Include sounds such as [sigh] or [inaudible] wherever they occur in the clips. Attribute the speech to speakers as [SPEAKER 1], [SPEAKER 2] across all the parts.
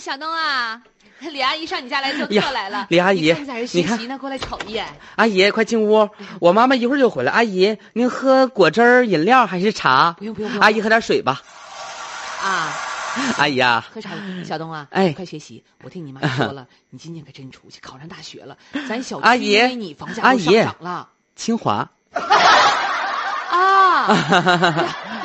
[SPEAKER 1] 小东啊，李阿姨上你家来做客来了。
[SPEAKER 2] 哎李阿姨
[SPEAKER 1] 你看你在这学习呢，过来瞅一眼。
[SPEAKER 2] 阿姨，快进屋，我妈妈一会儿就回来。阿姨，您喝果汁儿、饮料还是茶？
[SPEAKER 1] 不用不用不用
[SPEAKER 2] 阿姨喝点水吧。
[SPEAKER 1] 啊，
[SPEAKER 2] 阿姨啊，
[SPEAKER 1] 喝茶，小东啊，
[SPEAKER 2] 哎
[SPEAKER 1] 快学习。我听你妈说了，你今年可真出息，考上大学了。咱小
[SPEAKER 2] 阿
[SPEAKER 1] 区
[SPEAKER 2] 姨
[SPEAKER 1] 因为你房价
[SPEAKER 2] 阿
[SPEAKER 1] 都上
[SPEAKER 2] 姨
[SPEAKER 1] 涨了
[SPEAKER 2] 清华。
[SPEAKER 1] 啊。呀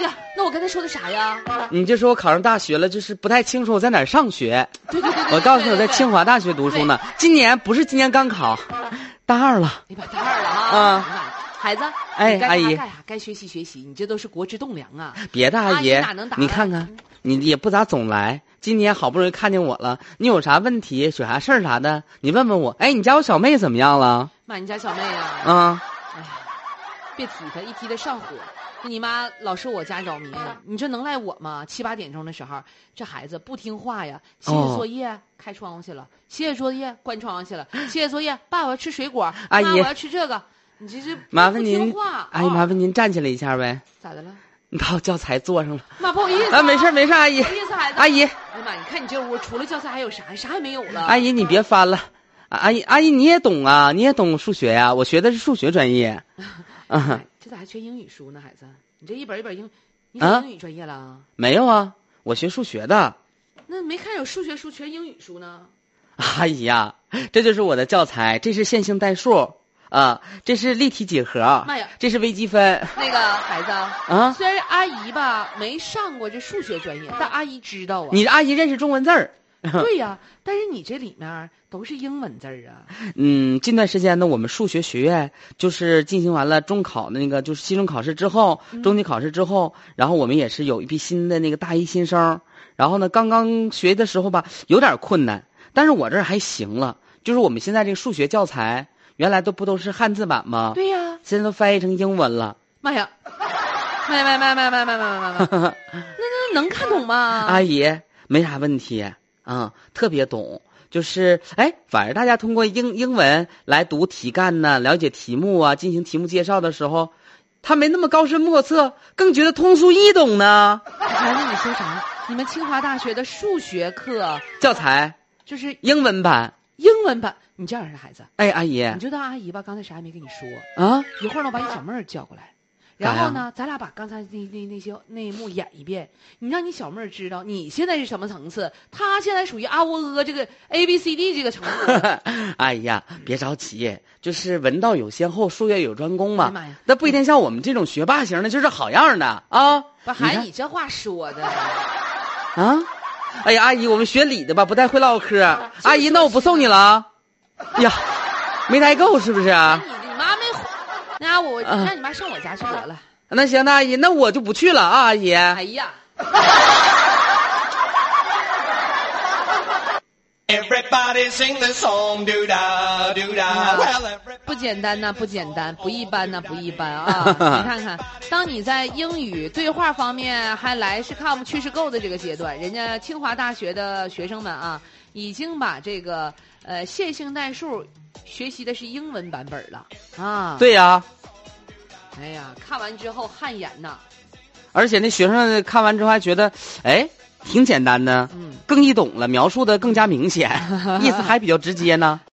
[SPEAKER 1] 呀，那我刚才说的啥呀？
[SPEAKER 2] 你就说我考上大学了，就是不太清楚我在哪儿上学。
[SPEAKER 1] 对对对对，
[SPEAKER 2] 我告诉你，
[SPEAKER 1] 对
[SPEAKER 2] 我在清。华大学读书呢。今年不是今年刚考，大二了。
[SPEAKER 1] 对对你把大二了啊
[SPEAKER 2] 啊！
[SPEAKER 1] 你把孩子，
[SPEAKER 2] 哎
[SPEAKER 1] 你该
[SPEAKER 2] 阿
[SPEAKER 1] 干啥
[SPEAKER 2] 姨
[SPEAKER 1] 干啥，该学习学习，你这都是国之栋梁啊！
[SPEAKER 2] 别的
[SPEAKER 1] 阿
[SPEAKER 2] 阿
[SPEAKER 1] 姨
[SPEAKER 2] 姨，
[SPEAKER 1] 哪能打嗯
[SPEAKER 2] 你看看，你也不咋总来。今年好不容易看见我了，你有啥问题、有啥事儿啥的，你问问我。哎，你家我小妹怎么样了？
[SPEAKER 1] 妈，你家小妹啊，
[SPEAKER 2] 啊、
[SPEAKER 1] 哎呀，别提她，一提她上火。那你妈老是我家扰民呢，你这能赖我吗？七八点钟的时候，这孩子不听话呀，写写
[SPEAKER 2] 哦
[SPEAKER 1] 作业、开窗户去了，写写作业关窗户去了，写写作业，爸我要吃水果，
[SPEAKER 2] 阿
[SPEAKER 1] 妈
[SPEAKER 2] 姨
[SPEAKER 1] 我要吃这个，你这是
[SPEAKER 2] 麻烦
[SPEAKER 1] 不
[SPEAKER 2] 您
[SPEAKER 1] 听话，
[SPEAKER 2] 阿姨，
[SPEAKER 1] 哦
[SPEAKER 2] 麻烦您站起来一下呗。
[SPEAKER 1] 咋的了？
[SPEAKER 2] 你把我教材坐上了。
[SPEAKER 1] 妈不好意思
[SPEAKER 2] 啊，没事儿啊没事儿，阿姨
[SPEAKER 1] 不，好意思孩子，
[SPEAKER 2] 阿姨，
[SPEAKER 1] 哎呀妈，你看你这屋除了教材还有啥？啥也没有了。哎
[SPEAKER 2] 阿姨，你别翻了。啊阿姨，阿姨你也懂啊，你也懂数学呀、我学的是数学专业。啊
[SPEAKER 1] 哎，，这咋还缺英语书呢，孩子？你这一本一本英，你
[SPEAKER 2] 啊
[SPEAKER 1] 是英语专业了啊？
[SPEAKER 2] 没有啊，我学数学的。
[SPEAKER 1] 那没看有数学书，全英语书呢？
[SPEAKER 2] 阿姨呀、这就是我的教材，这是线性代数啊，这是立体几何
[SPEAKER 1] 妈呀，
[SPEAKER 2] 这是微积分
[SPEAKER 1] 那个孩子，
[SPEAKER 2] 啊。
[SPEAKER 1] 虽然阿姨吧没上过这数学专业，但阿姨知道啊。
[SPEAKER 2] 你阿姨认识中文字儿？
[SPEAKER 1] 对呀、但是你这里面都是英文字儿啊。
[SPEAKER 2] 嗯，近段时间呢，我们数学学院就是进行完了中考的那个，就是期中考试之后，中级考试之后，然后我们也是有一批新的那个大一新生，然后呢，刚刚学的时候吧，有点困难，但是我这儿还行了，就是我们现在这个数学教材原来都不都是汉字版吗？
[SPEAKER 1] 对呀、
[SPEAKER 2] 现在都翻译成英文了。
[SPEAKER 1] 妈呀！妈呀妈呀妈呀妈呀妈呀妈呀妈呀妈呀！那能看懂
[SPEAKER 2] [laughs]
[SPEAKER 1] 吗？
[SPEAKER 2] 阿姨没啥问题啊、特别懂。就是哎，反而大家通过英英文来读题干呢，了解题目啊，进行题目介绍的时候，他没那么高深莫测，更觉得通俗易懂呢。
[SPEAKER 1] 孩子，你说啥？你们清华大学的数学课
[SPEAKER 2] 教材
[SPEAKER 1] 就是
[SPEAKER 2] 英文版，
[SPEAKER 1] 英文版？你这样的孩子，
[SPEAKER 2] 哎，阿姨
[SPEAKER 1] 你就当阿姨吧，刚才啥也没跟你说。
[SPEAKER 2] 啊，
[SPEAKER 1] 一会儿呢，我把你小妹儿叫过
[SPEAKER 2] [laughs]
[SPEAKER 1] 来，然
[SPEAKER 2] 干啥呀
[SPEAKER 1] 后呢，咱俩把刚才那那那些那一幕演一遍，你让你小妹儿知道你现在是什么层次，她现在属于啊喔呃这个 A B C D 这个程度。
[SPEAKER 2] [laughs] 哎呀，别着急，就是文道有先后，术业有专
[SPEAKER 1] 哎
[SPEAKER 2] 攻
[SPEAKER 1] 呀
[SPEAKER 2] 嘛。
[SPEAKER 1] 妈呀，
[SPEAKER 2] 那不一定像我们这种学霸型的，就是好样的啊
[SPEAKER 1] 不
[SPEAKER 2] 你
[SPEAKER 1] 喊
[SPEAKER 2] 看
[SPEAKER 1] 你这话说的，
[SPEAKER 2] 啊！哎呀，阿姨，我们学理的吧，不太会唠嗑。啊
[SPEAKER 1] 啊就是
[SPEAKER 2] 阿姨，那我不送你了啊。呀，没带够是不是啊？
[SPEAKER 1] 你你妈没哄，那我
[SPEAKER 2] 啊
[SPEAKER 1] 让你妈上我家去得了。
[SPEAKER 2] 那行，那阿姨，那我就不去了啊，阿姨。
[SPEAKER 1] 哎呀，
[SPEAKER 3] Everybody sing the song, do da, do da. Well, everybody.
[SPEAKER 1] 不简单呐、不简单，不一般呐、不一般啊！你看看，当你在英语对话方面还来是 come 去是 go 的这个阶段，人家清华大学的学生们啊，已经把这个呃线性代数学习的是英文版本了啊！，
[SPEAKER 2] 对呀、
[SPEAKER 1] 哎呀，看完之后汗颜呐，
[SPEAKER 2] 而且那学生看完之后还觉得，哎，挺简单的，
[SPEAKER 1] 嗯。
[SPEAKER 2] 更易懂了，描述的更加明显，意思还比较直接呢。